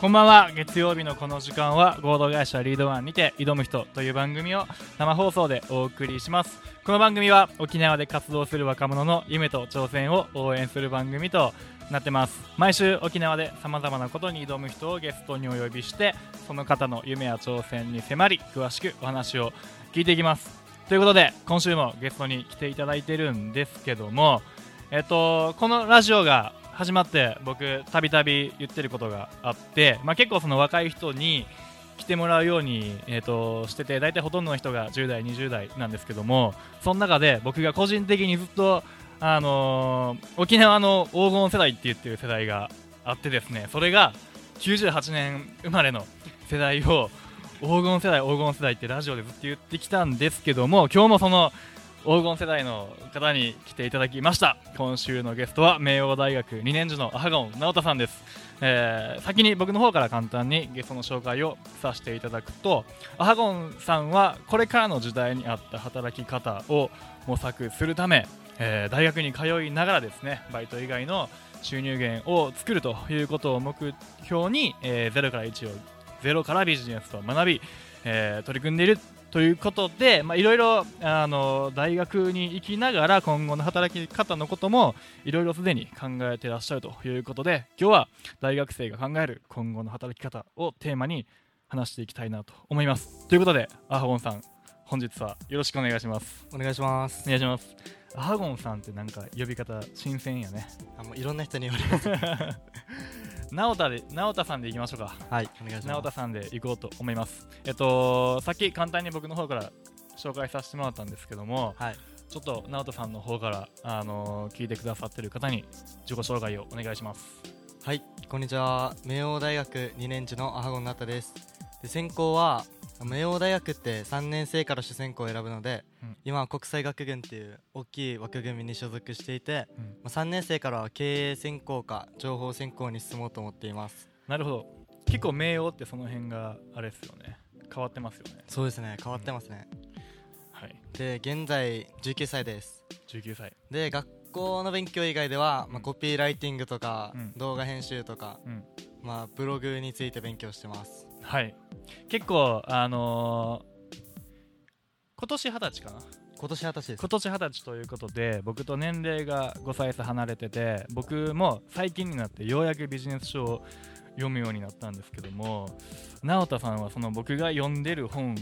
こんばんは月曜日のこの時間は合同会社リードワンにて挑む人という番組を生放送でお送りしますこの番組は沖縄で活動する若者の夢と挑戦を応援する番組となってます毎週沖縄でさまざまなことに挑む人をゲストにお呼びしてその方の夢や挑戦に迫り詳しくお話を聞いていきますということで今週もゲストに来ていただいてるんですけどもえっとこのラジオが始まって僕たびたび言ってることがあって、まあ、結構その若い人に来てもらうように、えー、としてて大体ほとんどの人が10代20代なんですけどもその中で僕が個人的にずっと、あのー沖縄の黄金世代って言ってる世代があってですねそれが98年生まれの世代を黄金世代黄金世代ってラジオでずっと言ってきたんですけども今日もその黄金世代の方に来ていただきました今週のゲストは明王大学2年次のアハガオン直太さんです、えー先に僕の方から簡単にゲストの紹介をさせていただくとアハガオンさんはこれからの時代に合った働き方を模索するため、えー大学に通いながらですねバイト以外の収入源を作るということを目標に、えー0から1を0からビジネスと学び、えー取り組んでいるということで、まあ、いろいろあの大学に行きながら今後の働き方のこともいろいろすでに考えてらっしゃるということで今日は大学生が考える今後の働き方をテーマに話していきたいなと思いますということでアハゴンさん本日はよろしくお願いしますお願いしますお願いしますアハゴンさんってなんか呼び方新鮮やね あもういろんな人に言われます直太で直太さんでいきましょうかはいお願いし直ま田すさんで行こうと思いますえっとさっき簡単に僕の方から紹介させてもらったんですけどもはいちょっと直田さんの方からあのー聞いてくださってる方に自己紹介をお願いしますはいこんにちは明王大学2年次のアハゴンナタですで専攻は明王大学って3年生から主専攻を選ぶので、うん今は国際学群っていう大きい枠組みに所属していて、うんまあ3年生からは経営専攻か情報専攻に進もうと思っていますなるほど結構名誉ってその辺があれですよね変わってますよねそうですね変わってますね、はいで現在19歳です19歳で学校の勉強以外では、まあ、コピーライティングとか、うん動画編集とか、うんまあ、ブログについて勉強してますはい結構あのー今年二十歳かな今年二十歳です今年二十歳ということで僕と年齢が5歳差離れてて僕も最近になってようやくビジネス書を読むようになったんですけども直太さんはその僕が読んでる本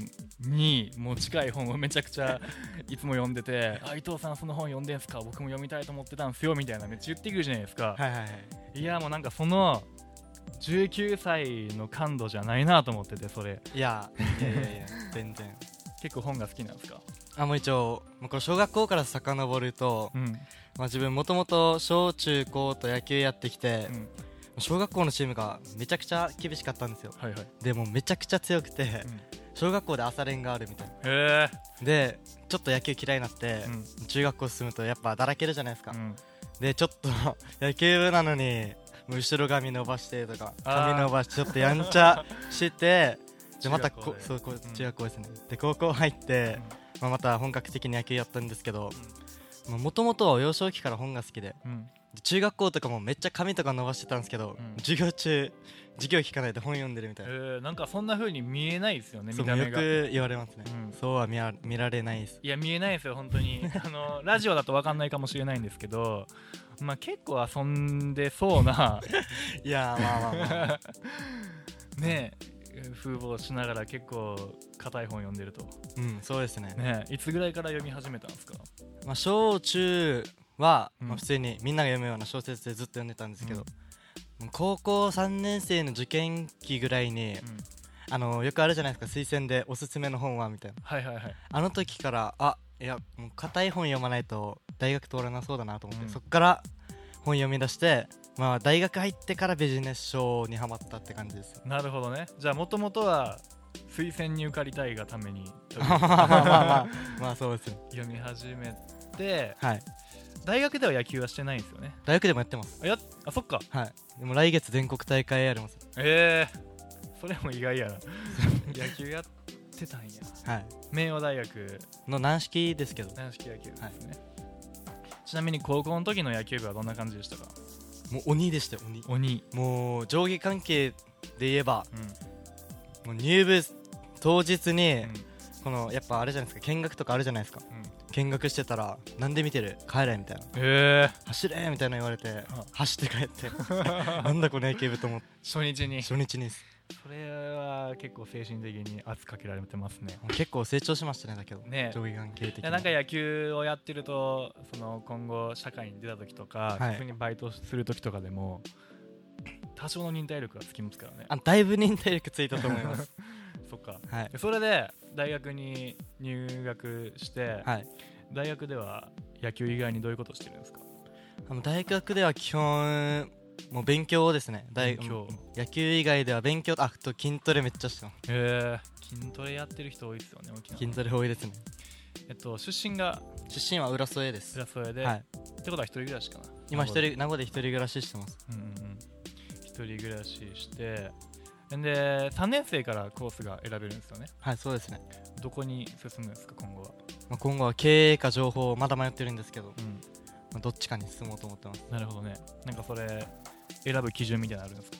にもう近い本をめちゃくちゃいつも読んでて「あ伊藤さんその本読んでんすか僕も読みたいと思ってたんすよ」みたいなめっちゃ言ってくるじゃないですか、はいはいはいい、やもうなんかその19歳の感度じゃないなと思っててそれいやいやいや いや全然結構本が好きなんですかあもう一応もうこれ小学校から遡ると、うん、まあ、自分もともと小中高と野球やってきて、うん、小学校のチームがめちゃくちゃ厳しかったんですよはいはい、でもうめちゃくちゃ強くて、うん、へ小学校で朝練があるみたいなえ、でちょっと野球嫌いになって、うん中学校進むとやっぱだらけるじゃないですか、うんでちょっと 野球部なのにもう後ろ髪伸ばしてとかあー髪伸ばしてちょっとやんちゃしててでまた中学校こでそうこううん中学校ですね、で高校入って、まあ、また本格的に野球やったんですけどもともと幼少期から本が好きでうんうんで中学校とかもめっちゃ髪とか伸ばしてたんですけど、うん授業中授業聞かないで本読んでるみたいな、えー、なんかそんな風に見えないですよねそ見うたよ目がく言われますね、うんそうは見ら見られないですいや見えないですよ本当に あのラジオだと分かんないかもしれないんですけどまあ結構遊んでそう ないやーまあまあまあ ねえ風貌しながら結構硬い本読んでるとうん、そうですね。ねえいつぐらいから読み始めたんですかまあ、小中は、うんまあ、普通にみんなが読むような小説でずっと読んでたんですけど、うんもう高校3年生の受験期ぐらいに、うんあのよくあるじゃないですか推薦でおすすめの本はみたいなはいはいはいあの時からあいやもう硬い本読まないと大学通らなそうだなと思って、うんそっから本読み出して、まあ、大学入ってからビジネス書にはまったって感じです。なるほどねじゃあもともとは推薦に受かりたいがため に まあまあまあまあ まあそうですね読み始めてはい大学では野球はしてないんですよね大学でもやってますあやあそっかはいでも来月全国大会やりますええそれも意外やな 野球やってたんやはい明王大学の軟式ですけど軟式野球部ですね、ちなみに高校の時の野球部はどんな感じでしたかもう鬼でしたよ鬼鬼もう上下関係で言えばうんもう入部当日に、うんこのやっぱあれじゃないですか見学とかあるじゃないですかうん見学してたら「なんで見てる帰れ」みたいな へえ「走れ」みたいな言われてあ走って帰って なんだこの AKB と思って初日にそ初日にですれは結構精神的に圧かけられてますねもう結構成長しましたねだけどね上位関係的いにやなんか野球をやってるとその今後社会に出た時とか、はい普通にバイトする時とかでも多少の忍耐力がつきますからねあだいぶ忍耐力ついたと思 いますそっかはいそれで大学に入学して、はい大学では野球以外にどういうことしてるんですかあの大学では基本もう勉強ですね大勉強野球以外では勉強あと筋トレめっちゃしてますへえ筋トレやってる人多いですよね沖縄筋トレ多いですねえっと出身が出身は浦添です浦添で、はっいてことは一人暮らしかな今一人名護で一人暮らししてますうんうんうん一人暮らししてんで3年生からコースが選べるんですよねはいそうですね、どこに進むんですか今後は、まあ、今後は経営か情報まだ迷ってるんですけうど、まあ、どっちかに進もうと思ってますん、なるほどねなんかそれ選ぶ基準みたいなのあるんですか、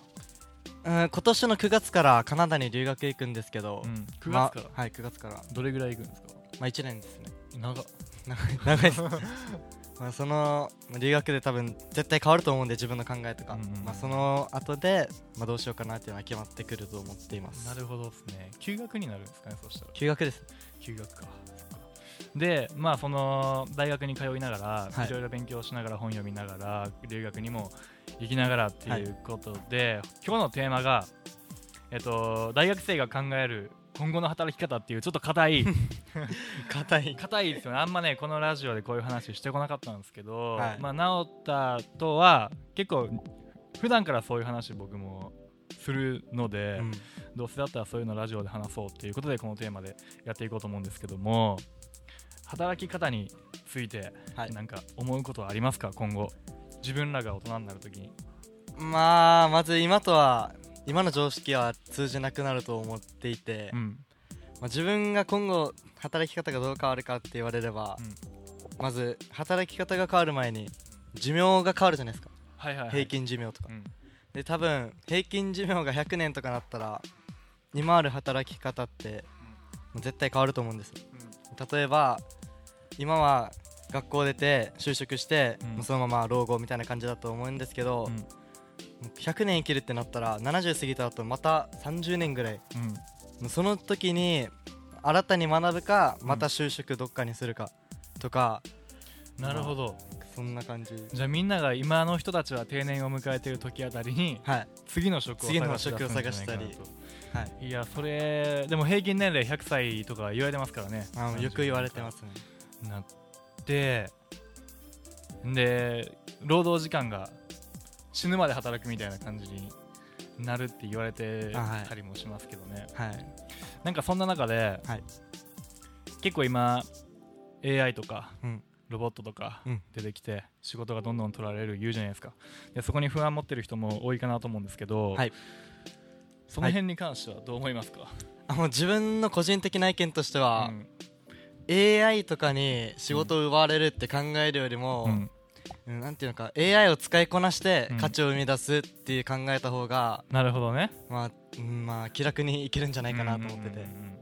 うん今年の9月からカナダに留学行くんですけど、うん、9月まから、はい9月からどれぐらい行くんですかまあ1年ですね 長っ長い長いです まあそのまあ留学で多分絶対変わると思うんで自分の考えとか、うんうんまあ、その後で、まあ、どうしようかなっていうのは決まってくると思っていますなるほどですね休学になるんですかねそしたら休学です休学かそっかでまあその大学に通いながらはいいろいろ勉強しながら本読みながら留学にも行きながらってはいいうことで、今日のテーマが、えっと、大学生が考える今後の働き方っていうちょっと硬 い硬い硬いですよねあんまねこのラジオでこういう話してこなかったんですけど、はいまあ直ったとは結構普段からそういう話僕もするので、 うんどうせだったらそういうのラジオで話そうっていうことでこのテーマでやっていこうと思うんですけども働き方についてはいなんか思うことはありますか今後自分らが大人になるときにまあまず今とは今の常識は通じなくなると思っていて、うんまあ、自分が今後働き方がどう変わるかって言われれば、まず働き方が変わる前に寿命が変わるじゃないですか、はいはいはい平均寿命とかうんで多分平均寿命が100年とかなったら今ある働き方ってもう絶対変わると思うんです例えば今は学校出て就職して、うんもうそのまま老後みたいな感じだと思うんですけど、うんもう100年生きるってなったら70過ぎた後また30年ぐらいうんもうその時に新たに学ぶかまた就職どっかにするかとか、なるほどそんな感じじゃあみんなが今の人たちは定年を迎えている時あたりにはい次の職を次のし出すんじゃないかなと職を探したはいいやそれでも平均年齢100歳とか言われてますからねあのよく言われてますねなってで労働時間が死ぬまで働くみたいな感じになるって言われてあはいたりもしますけどね、はいなんかそんな中で、はい結構今 AI とか、うんロボットとかうん出てきて仕事がどんどん取られる言うじゃないですかでそこに不安持ってる人も多いかなと思うんですけど、はいその辺に関してはどう思いますか、あもう自分の個人的な意見としてはう、ん AI とかに仕事を奪われるって考えるよりも、うんうんなんていうのか AI を使いこなしてうん価値を生み出すっていう考えた方が、なるほどねまあうんまあ気楽にいけるんじゃないかなと思っうてて、んうんうんうん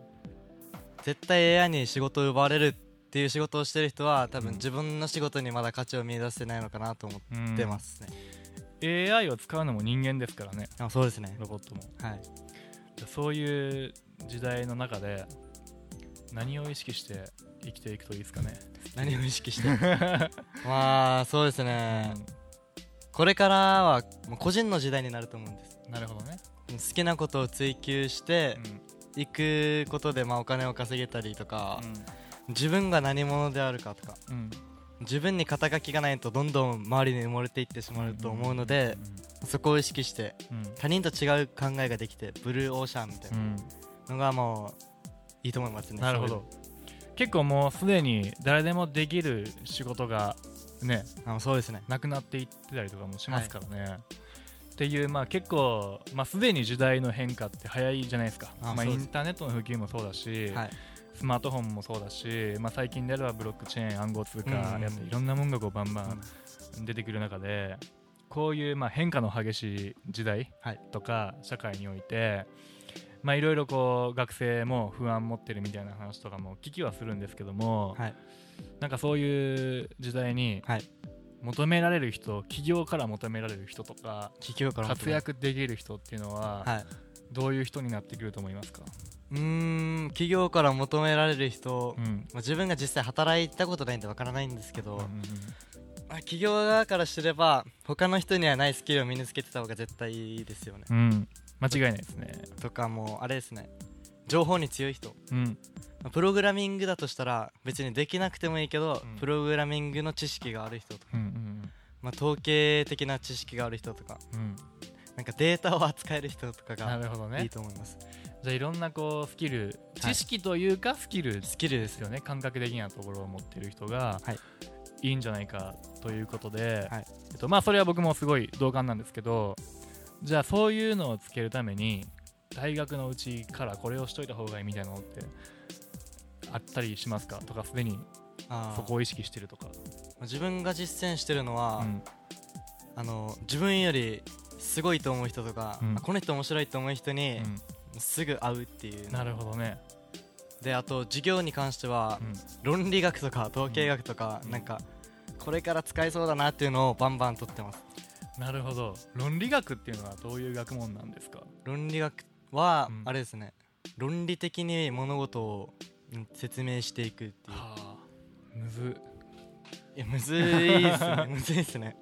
絶対 AI に仕事を奪われるっていう仕事をしてる人は多うん分自分の仕事にまだ価値を見出せないのかなと思うんってますね、 AI を使うのも人間ですからねあそうですねロボットもはいじゃあそういう時代の中で何を意識して生きていくといいですか ね、何を意識して まあそうですねうこれからはもう個人の時代になると思うんですんなるほどね、好きなことを追求していくことでまあお金を稼げたりとか、自分が何者であるかとかうんうん自分に肩書きがないとどんどん周りに埋もれていってしまうと思うので、そこを意識してうんうん他人と違う考えができてブルーオーシャンみたいなのがもういいと思いますねなるほど結構もうすでに誰でもできる仕事がねそういうあそうですねなくなっていってたりとかもしますからね、っていうまあ結構、まあ、すでに時代の変化って早いじゃないですかまああ、そうイですンターネットの普及もそうだし、はいスマートフォンもそうだし、まあ、最近であればブロックチェーン暗号通貨うんうんうんやっていろんなものがこうバンバうんン出てくる中で、こういうまあ変化の激しい時代はいとか社会において、まあいろいろこう学生も不安持ってるみたいな話とかも聞きはするんですけども、はいなんかそういう時代にはい求められる人企業から求められる人とか企業からも活躍できる人っていうのははいどういう人になってくると思いますか、うーん企業から求められる人、うまんあ自分が実際働いたことないんでわからないんですけど、うんうんまあ企業側からすれば他の人にはないスキルを身につけてた方が絶対いいですよね、うんうん間違いないですね。とかもうあれですね情報に強い人うんまあプログラミングだとしたら別にできなくてもいいけど、うんプログラミングの知識がある人とか、うんまあ、統計的な知識がある人とかうんうん、なんかデータを扱える人とかながるほどねいいと思います、じゃあいろんなこうスキルは知い識というかスキルでスキルですすよよね、感覚的なところを持っている人がはいいいんじゃないかということで、はいえっと、まあそれは僕もすごい同感なんですけどじゃあそういうのをつけるために大学のうちからこれをしといた方がいいみたいなのってあったりしますかとかすでにあーそこを意識してるとか、まあ自分が実践してるのうは、んあの自分よりすごいと思う人とか、うんあこの人面白いと思う人にうんすぐ会うっていう、なるほどね、であと授業に関してはう、ん論理学とか統計学とか、うんなんかこれから使えそうだなっていうのをバンバン取ってますなるほど論理学っていうのはどういう学問なんですか論理学はうんあれですね、論理的に物事をうん説明していくっていうはあむずいやむずいっ すねむずいっすね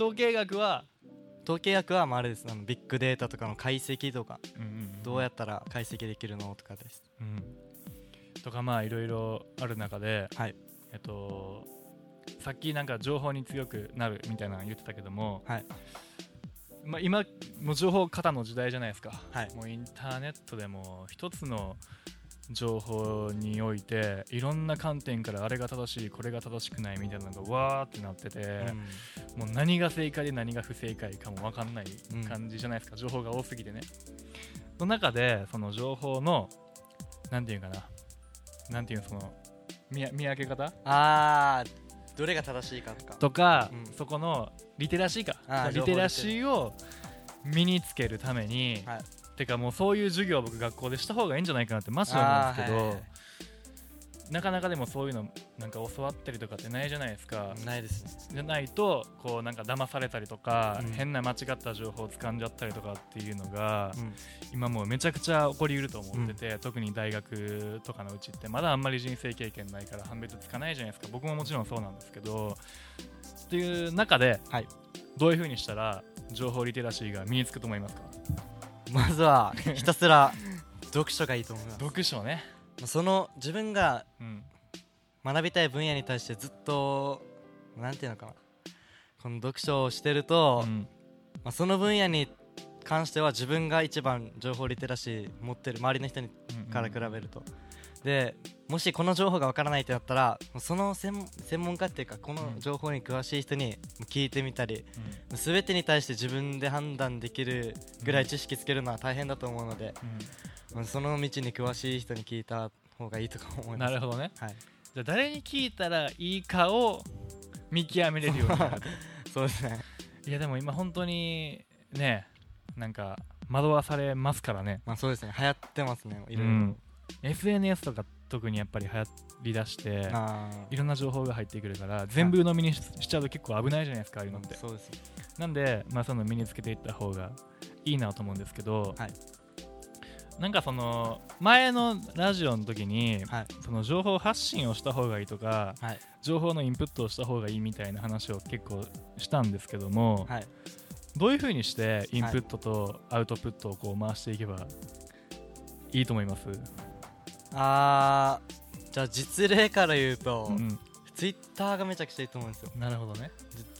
統計学は、統計学はまああれですあのビッグデータとかの解析とかうんうんんどうやったら解析できるのとかですうん、とかまあいろいろある中で、はいえっと、さっきなんか情報に強くなるみたいなの言ってたけども、はいまあ、今もう情報過多の時代じゃないですか、はいもうインターネットでも一つの情報においていろんな観点からあれが正しいこれが正しくないみたいなのがわーってなってて、うもう何が正解で何が不正解かも分かんないうん感じじゃないですか、情報が多すぎてねその中でその情報のなんていうかななんていうのその見見分け方んあーどれが正しいかとかとか、うんそこのリテラシーかあーリテラシーを身につけるために、はいてかもうそういう授業を僕学校でした方がいいんじゃないかなってマジで思うんですけど、あーはいはいはなかなかでもそういうのなんか教わったりとかってないじゃないですか、ないですねじゃないとこうなんか騙されたりとか、うん変な間違った情報を掴んじゃったりとかっていうのが、うん今もうめちゃくちゃ起こりうると思ってて、特に大学とかのうちってまだあんまり人生経験ないから判別つかないじゃないですか僕ももちろんそうなんですけどっていう中で、はいどういうふうにしたら情報リテラシーが身につくと思いますかまずはひたすら読書がいいと思いますま読書ね、あその自分がうん学びたい分野に対してずっとなんていうのかなこの読書をしてると、うんまあ、その分野に関しては自分が一番情報リテラシー持ってる周りの人にうんから比べると、でもしこの情報がわからないってなったらもうその専門専門家っていうかこのうん情報に詳しい人に聞いてみたりうん全てに対して自分で判断できるぐらうい知識つけるのは大変だと思うので、まあその道に詳しい人に聞いた方がいいとか思うんいまなす。るほどねはい、じゃあ誰に聞いたらいいかを見極めれるようになるそうですねいやでも今本当にねなんか惑わされますからねまあそうですね流行ってますねいろいろ、うん、SNS とか特にやっぱり流行りだしてあいろんな情報が入ってくるから全部飲みにししちゃうと結構危ないじゃないですかああいうのっーてそうですねなんでまあそういうの身につけていった方がいいなと思うんですけど、はいなんかその前のラジオの時にはいその情報発信をした方がいいとかはい情報のインプットをした方がいいみたいな話を結構したんですけども、はいどういうふうにしてインプットとアウトプットをこう回していけばいいと思います、あーじゃあ実例から言うと、うん、ツイッターがめちゃくちゃいいと思うんですよなるほどね、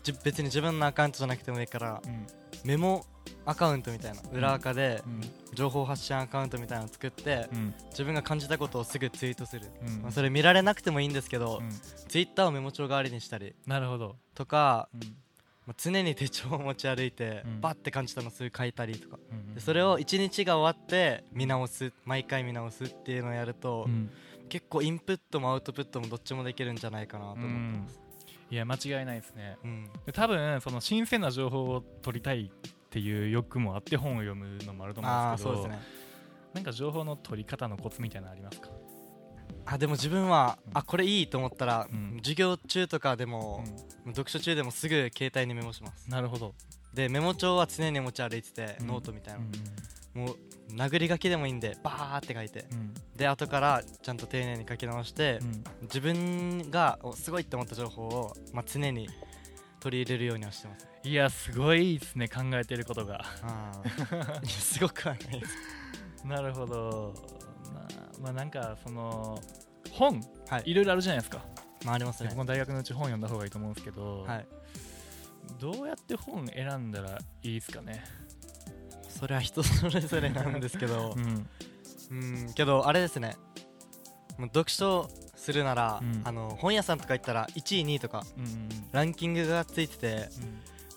じ別に自分のアカウントじゃなくてもいいからうんメモアカウントみたいな裏垢でうん情報発信アカウントみたいなの作ってうん自分が感じたことをすぐツイートする、うんまあ、それ見られなくてもいいんですけど、うんツイッターをメモ帳代わりにしたりなるほど、とか、うんまあ常に手帳を持ち歩いて、うんバッて感じたのすぐ書いたりとかうんうんでそれを1日が終わって見直す毎回見直すっていうのをやると、うん結構インプットもアウトプットもどっちもできるんじゃないかなと思ってます、いや間違いないですねうんで多分その新鮮な情報を取りたいっていう欲もあって本を読むのもあると思うんああーですけそうどですねなんか情報の取り方のコツみたいなのありますか、あでも自分はうんあこれいいと思ったら、うん授業中とかでも、う読書中でもすぐ携帯にメモしますんなるほど、でメモ帳は常に持ち歩いてて、うんノートみたいなうん、もう殴り書きでもいいんでバーって書いてうんで後からちゃんと丁寧に書き直してう、ん自分がおすごいって思った情報を、まあ、常に取り入れるようにはしてますいやすごいですね考えてることがいやすごくはな いですなるほどまあ、まあ、なんかその本はいいろいろあるじゃないですか、まあありますでね僕も大学のうち本読んだ方がいいと思うんですけど、はいどうやって本選んだらいいですかね、それは人それぞれなんですけ どうんうんけどあれですねもう読書するなら、うんあの本屋さんとか行ったら1位2位とかうんうんランキングがついてて、うん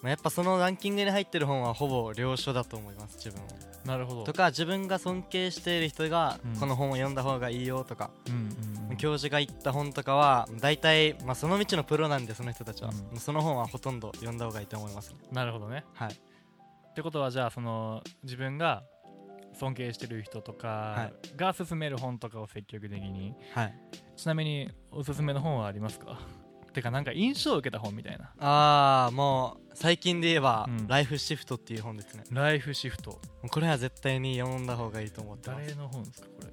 まあ、やっぱそのランキングに入ってる本はほぼ良書だと思います自分はなるほどと、か自分が尊敬している人がうんこの本を読んだ方がいいよとか、うんうんうん教授が言った本とかは大体、まあ、その道のプロなんでその人たちは、うんもうその本はほとんど読んだ方がいいと思いますねなるほどねはいってことはじゃあその自分が尊敬してる人とかはが勧める本とかを積極的にはいちなみにおすすめの本はありますかてかなんか印象を受けた本みたいなああもう最近で言えば、うんライフシフト」っていう本ですねライフシフトもうこれは絶対に読んだ方がいいと思ってます誰の本ですかこれ、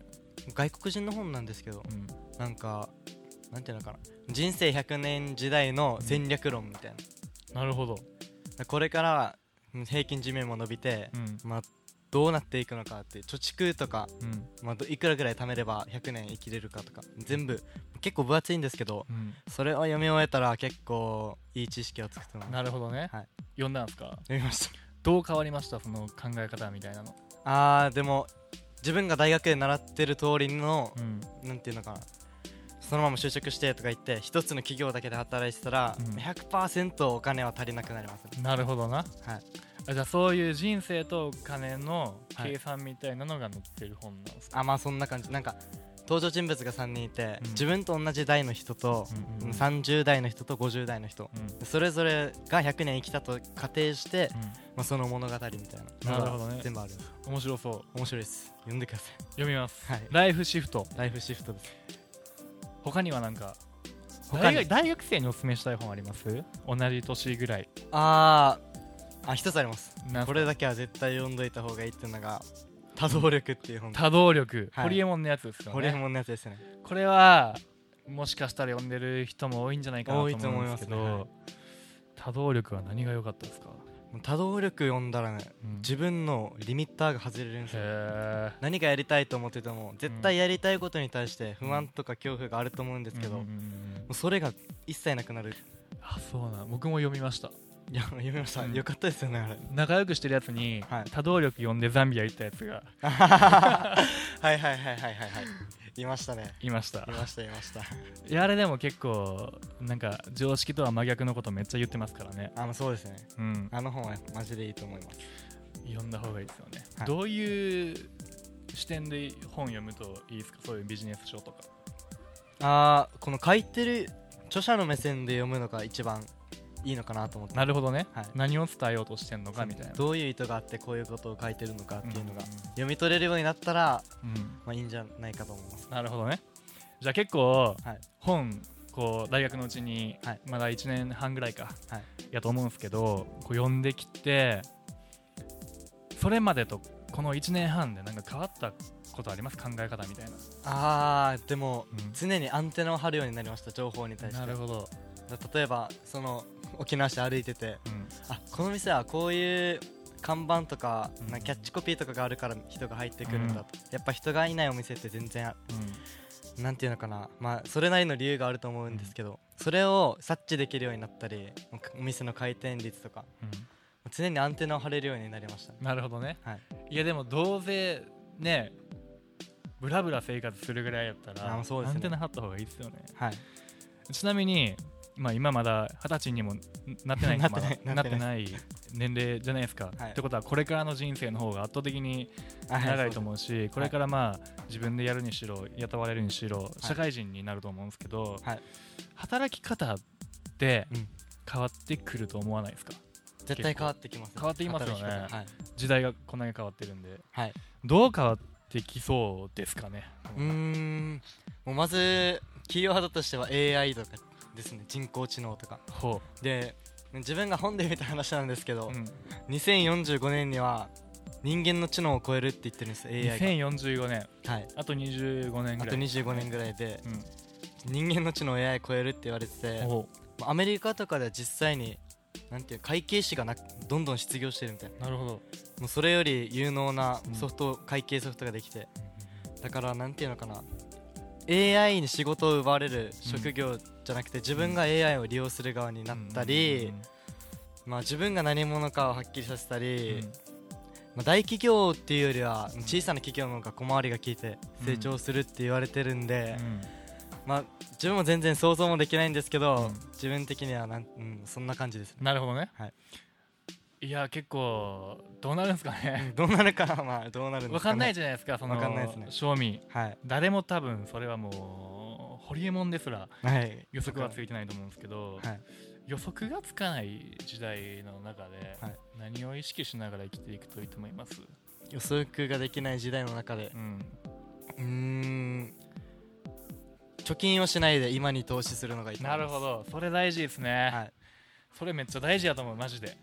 外国人の本なんですけどうん、なんかなんていうのかな人生100年時代の戦略論みたいな、なるほど、これからうん平均寿命も伸びて、うんまあどうなっていくのかっていう貯蓄とか、うんまあ、どいくらぐらい貯めれば100年生きれるかとか全部結構分厚いんですけどうそれを読み終えたら結構いい知識をつくと思いん、ますなるほどね、はい読んだんですか読みましどう変わりましたその考え方みたいなの、たあーでも自分が大学で習ってる通りのうんなんていうのかなそのまま就職してとか言って一つの企業だけで働いてたら、うん100%お金は足りなくなりますねなるほどなはいあじゃあそういう人生とお金のはい計算みたいなのが載ってる本なんですか、あまあそんな感じなんか登場人物が3人いて、うん自分と同じ代の人と、うんうんうん30代の人と50代の人うんそれぞれが100年生きたと仮定して、まあ、その物語みたいななるほどね全部あるんですうん面白そう面白いです読んでくださ読みます、はいライフシフトいライフシフトです他には何か他大に学大学生におすすめしたい本あります同じ年ぐらいあーあ一つありますなんこれだけは絶対読んどいた方がいいっていうのが多動力っていう本多動力、はいホリエモンのやつですよホリエねモンのやつですねこれはもしかしたら読んでる人も多いんじゃないかなと多いと思思ういんでますすけねどはい多動力は何が良かったですか、多動力読んだらねうん自分のリミッターが外れるんですよへえ何かやりたいと思ってても絶対やりたいことに対して不安とか恐怖があると思うんですけど、うんうんもうんうそれが一切なくなるあそうなん僕も読みましたいや読みました、うんよかったですよね あれ仲良くしてるやつに、はい多動力読んでザンビア行ったやつがはいはいはいはいはいはいいましたねいま したいましたいましたいやあれでも結構なんか常識とは真逆のことめっちゃ言ってますからねあのそうですねうんあの本はマジでいいと思います読んだ方がいいですよね、はいどういう視点で本読むといいですかそういうビジネス書とかあーこの書いてる著者の目線で読むのが一番いいのかなと思ってなるほどね、はい何を伝えようとしてんのかみたいなどういう意図があってこういうことを書いてるのかっていうのうんうんが、うん読み取れるようになったら、うんまあ、いいんじゃないかと思いますなるほどねじゃあ結構、はい本こう大学のうちに、はいまだ1年半ぐらいか、はいやと思うんですけどこう読んできてそれまでとこの1年半でなんか変わったことあります考え方みたいな、あーでもうん常にアンテナを張るようになりました情報に対してなるほど、例えばその沖縄市歩いててうんあこの店はこういう看板とかうんなんかキャッチコピーとかがあるから人が入ってくるんだと、やっぱ人がいないお店って全然あなんていうのかなまあそれなりの理由があると思うんですけど、それを察知できるようになったりお店の回転率とかうんうん常にアンテナを張れるようになりましたねなるほどね、、はいやでもどうせねブラブラ生活するぐらいやったらあそうですアねンテナ張った方がいいですよねはいちなみに、まあ、今まだ二十歳にもんな ってないなってないまだななっっててなない年齢じゃないですか、はいってことはこれからの人生の方が圧倒的にあは長いそうと思うし、これからまあ自分でやるにしろ雇われるにしろ社会人になると思うんですけど、はい働き方ってうん変わってくると思わないですか絶対変わってきます変わってきますよね働き方はい、時代がこんなに変わってるんで、はいどう変わってきそうですかねうーんもうまずキーワードとしては AI とかですね人工知能とかほで自分が本で見た話なんですけう、ど、うん、 2045年には人間の知能を超えるって言ってるんです AI 2045年が、はい、あと25年あぐらとい25年ぐらいでうん人間の知能を AI 超えるって言われててほまあアメリカとかでは実際になんていう会計士がなくどんどん失業してるみたいなうなるほど、もうそれより有能なうんソフト、会計ソフトができてだからなんていうのかな AI に仕事を奪われる職業じゃなくて自分が AI を利用する側になったり、まあ、自分が何者かをはっきりさせたうんり、まあ、大企業っていうよりはん小さな企業の方が小回りが効いて成長するって言われてるんで、まあ、自分も全然想像もできないんですけど、うん自分的にはなん、うん、そんな感じですね。なるほどね、はい、や結構どうなるんですかね どうなるかはまあどうなる んで分すか、ね、かんないじゃないですかそのわかんないですね賞味はい、誰も多分それはもうホリエモンですらはい、予測はついてないと思うんですけど、はい予測がつかない時代の中で、はい何を意識しながら生きていくといいと思います、予測ができない時代の中でうん、うーん貯金をしないで今に投資するのがいいと思ないまるすほどそれ大事ですね、はいそれめっちゃ大事だと思うマジで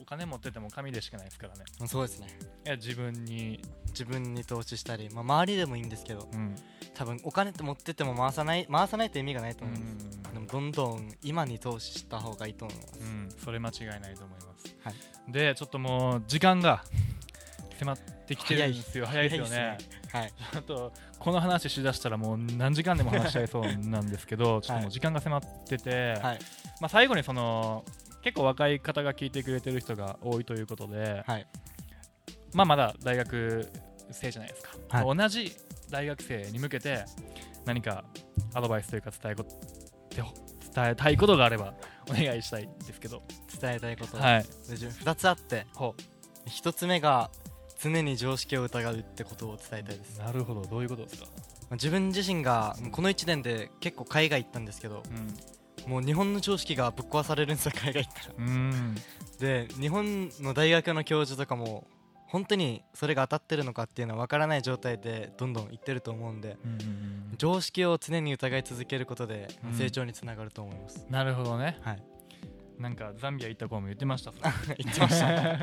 お金持ってても神でしかないですからねまあそうですねいや自分に、自分に投資したり、まあ、周りでもいいんですけどうん多分お金って持ってっても回さない回さないと意味がないとう思うんです、んでもどんどん今に投資した方がいいと思います、うん、それ間違いないと思います、はいでちょっともう時間が 迫ってきてるんですよ早いですよね はいちょっとこの話しだしたらもう何時間でも話しちゃいそうなんですけどちょっともう時間が迫ってて、はいまあ、最後にその結構若い方が聞いてくれてる人が多いということで、はいまあ、まだ大学生じゃないですか、は同じ大学生に向けて何かアドバイスというか伝えこ伝えたいことがあればお願いしたいんですけど、伝えたいこと、はい、で自分2つあってほ1つ目が常に常識を疑うってことを伝えたいです、うなるほどどういうことですか、まあ自分自身がもうこの1年で結構海外行ったんですけどもう日本の常識がぶっ壊されるんですよ海外行ったらうん、うんで日本の大学の教授とかも本当にそれが当たってるのかっていうのは分からない状態でどんどん行ってると思うんでうんうんうん常識を常に疑い続けることでうん成長につながると思います、なるほどね はいなんかザンビア行った子も言ってましたそれ 言ってました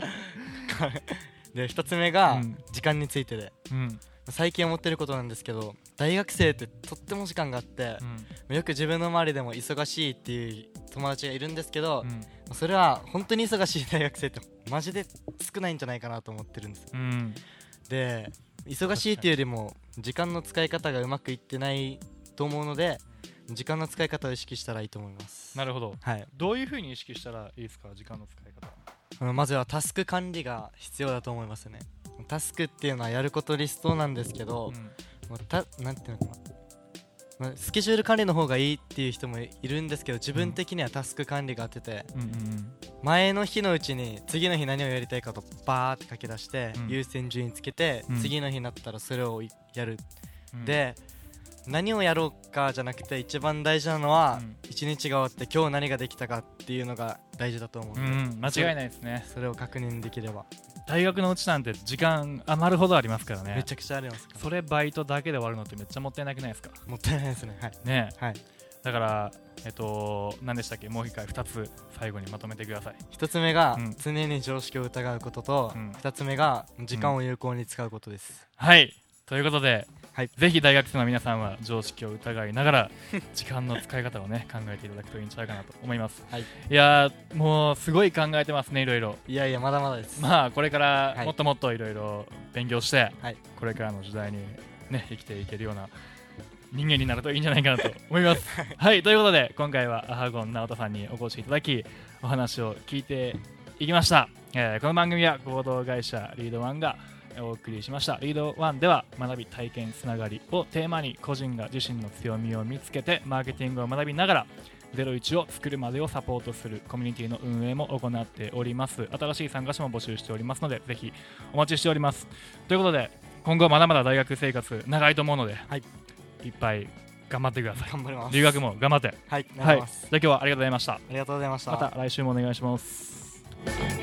で2つ目がうん時間についてでうんうん最近思ってることなんですけど大学生ってとっても時間があって、よく自分の周りでも忙しいっていう友達がいるんですけど、それは本当に忙しい大学生ってマジで少ないんじゃないかなと思ってるんですうんうんで忙しいっていうよりも時間の使い方がうまくいってないと思うので時間の使い方を意識したらいいと思いますなるほどはいどういうふうに意識したらいいですか時間の使い方あのまずはタスク管理が必要だと思いますねタスクっていうのはやることリストなんですけど、うんもうたなんていうのかなまあスケジュール管理の方がいいっていう人もいるんですけど自分的にはタスク管理があってて、うんうん前の日のうちに次の日何をやりたいかとバーって書き出して、うん優先順位つけて、うん次の日になったらそれをやる、うんで何をやろうかじゃなくて一番大事なのはうん一、日が終わって今日何ができたかっていうのが大事だと思う、うんうん間違いないですねそれを確認できれば、大学のうちなんて時間余るほどありますからねめちゃくちゃありますからそれバイトだけで終わるのってめっちゃもったいなくないですかもったいないですねはい、ねはい、えだからえっと何でしたっけもう一回2つ最後にまとめてください1つ目がうん常に常識を疑うことと、うん2つ目が時間を有効に使うことです、はいということで、はいぜひ大学生の皆さんは常識を疑いながら 時間の使い方をね考えていただくといいんちゃうかなと思います、はいやーもうすごい考えてますねいろいろいやいやまだまだです、まあこれからはいもっともっといろいろ勉強して、はいこれからの時代にね生きていけるような人間になるといいんじゃないかなと思い ます。はいということで今回はアハゴン直人さんにお越しいただきお話を聞いていきました、えーこの番組は合同会社リードワンがお送りしましたリードワンでは学び体験つながりをテーマに個人が自身の強みを見つけてマーケティングを学びながら01を作るまでをサポートするコミュニティの運営も行っております新しい参加者も募集しておりますのでぜひお待ちしておりますということで今後まだまだ大学生活長いと思うので、はいいっぱい頑張ってください頑張ります留学も頑張ってはい頑はいじゃ張りまあす、今日はありがとうございましたありがとうございましたまた来週もお願いします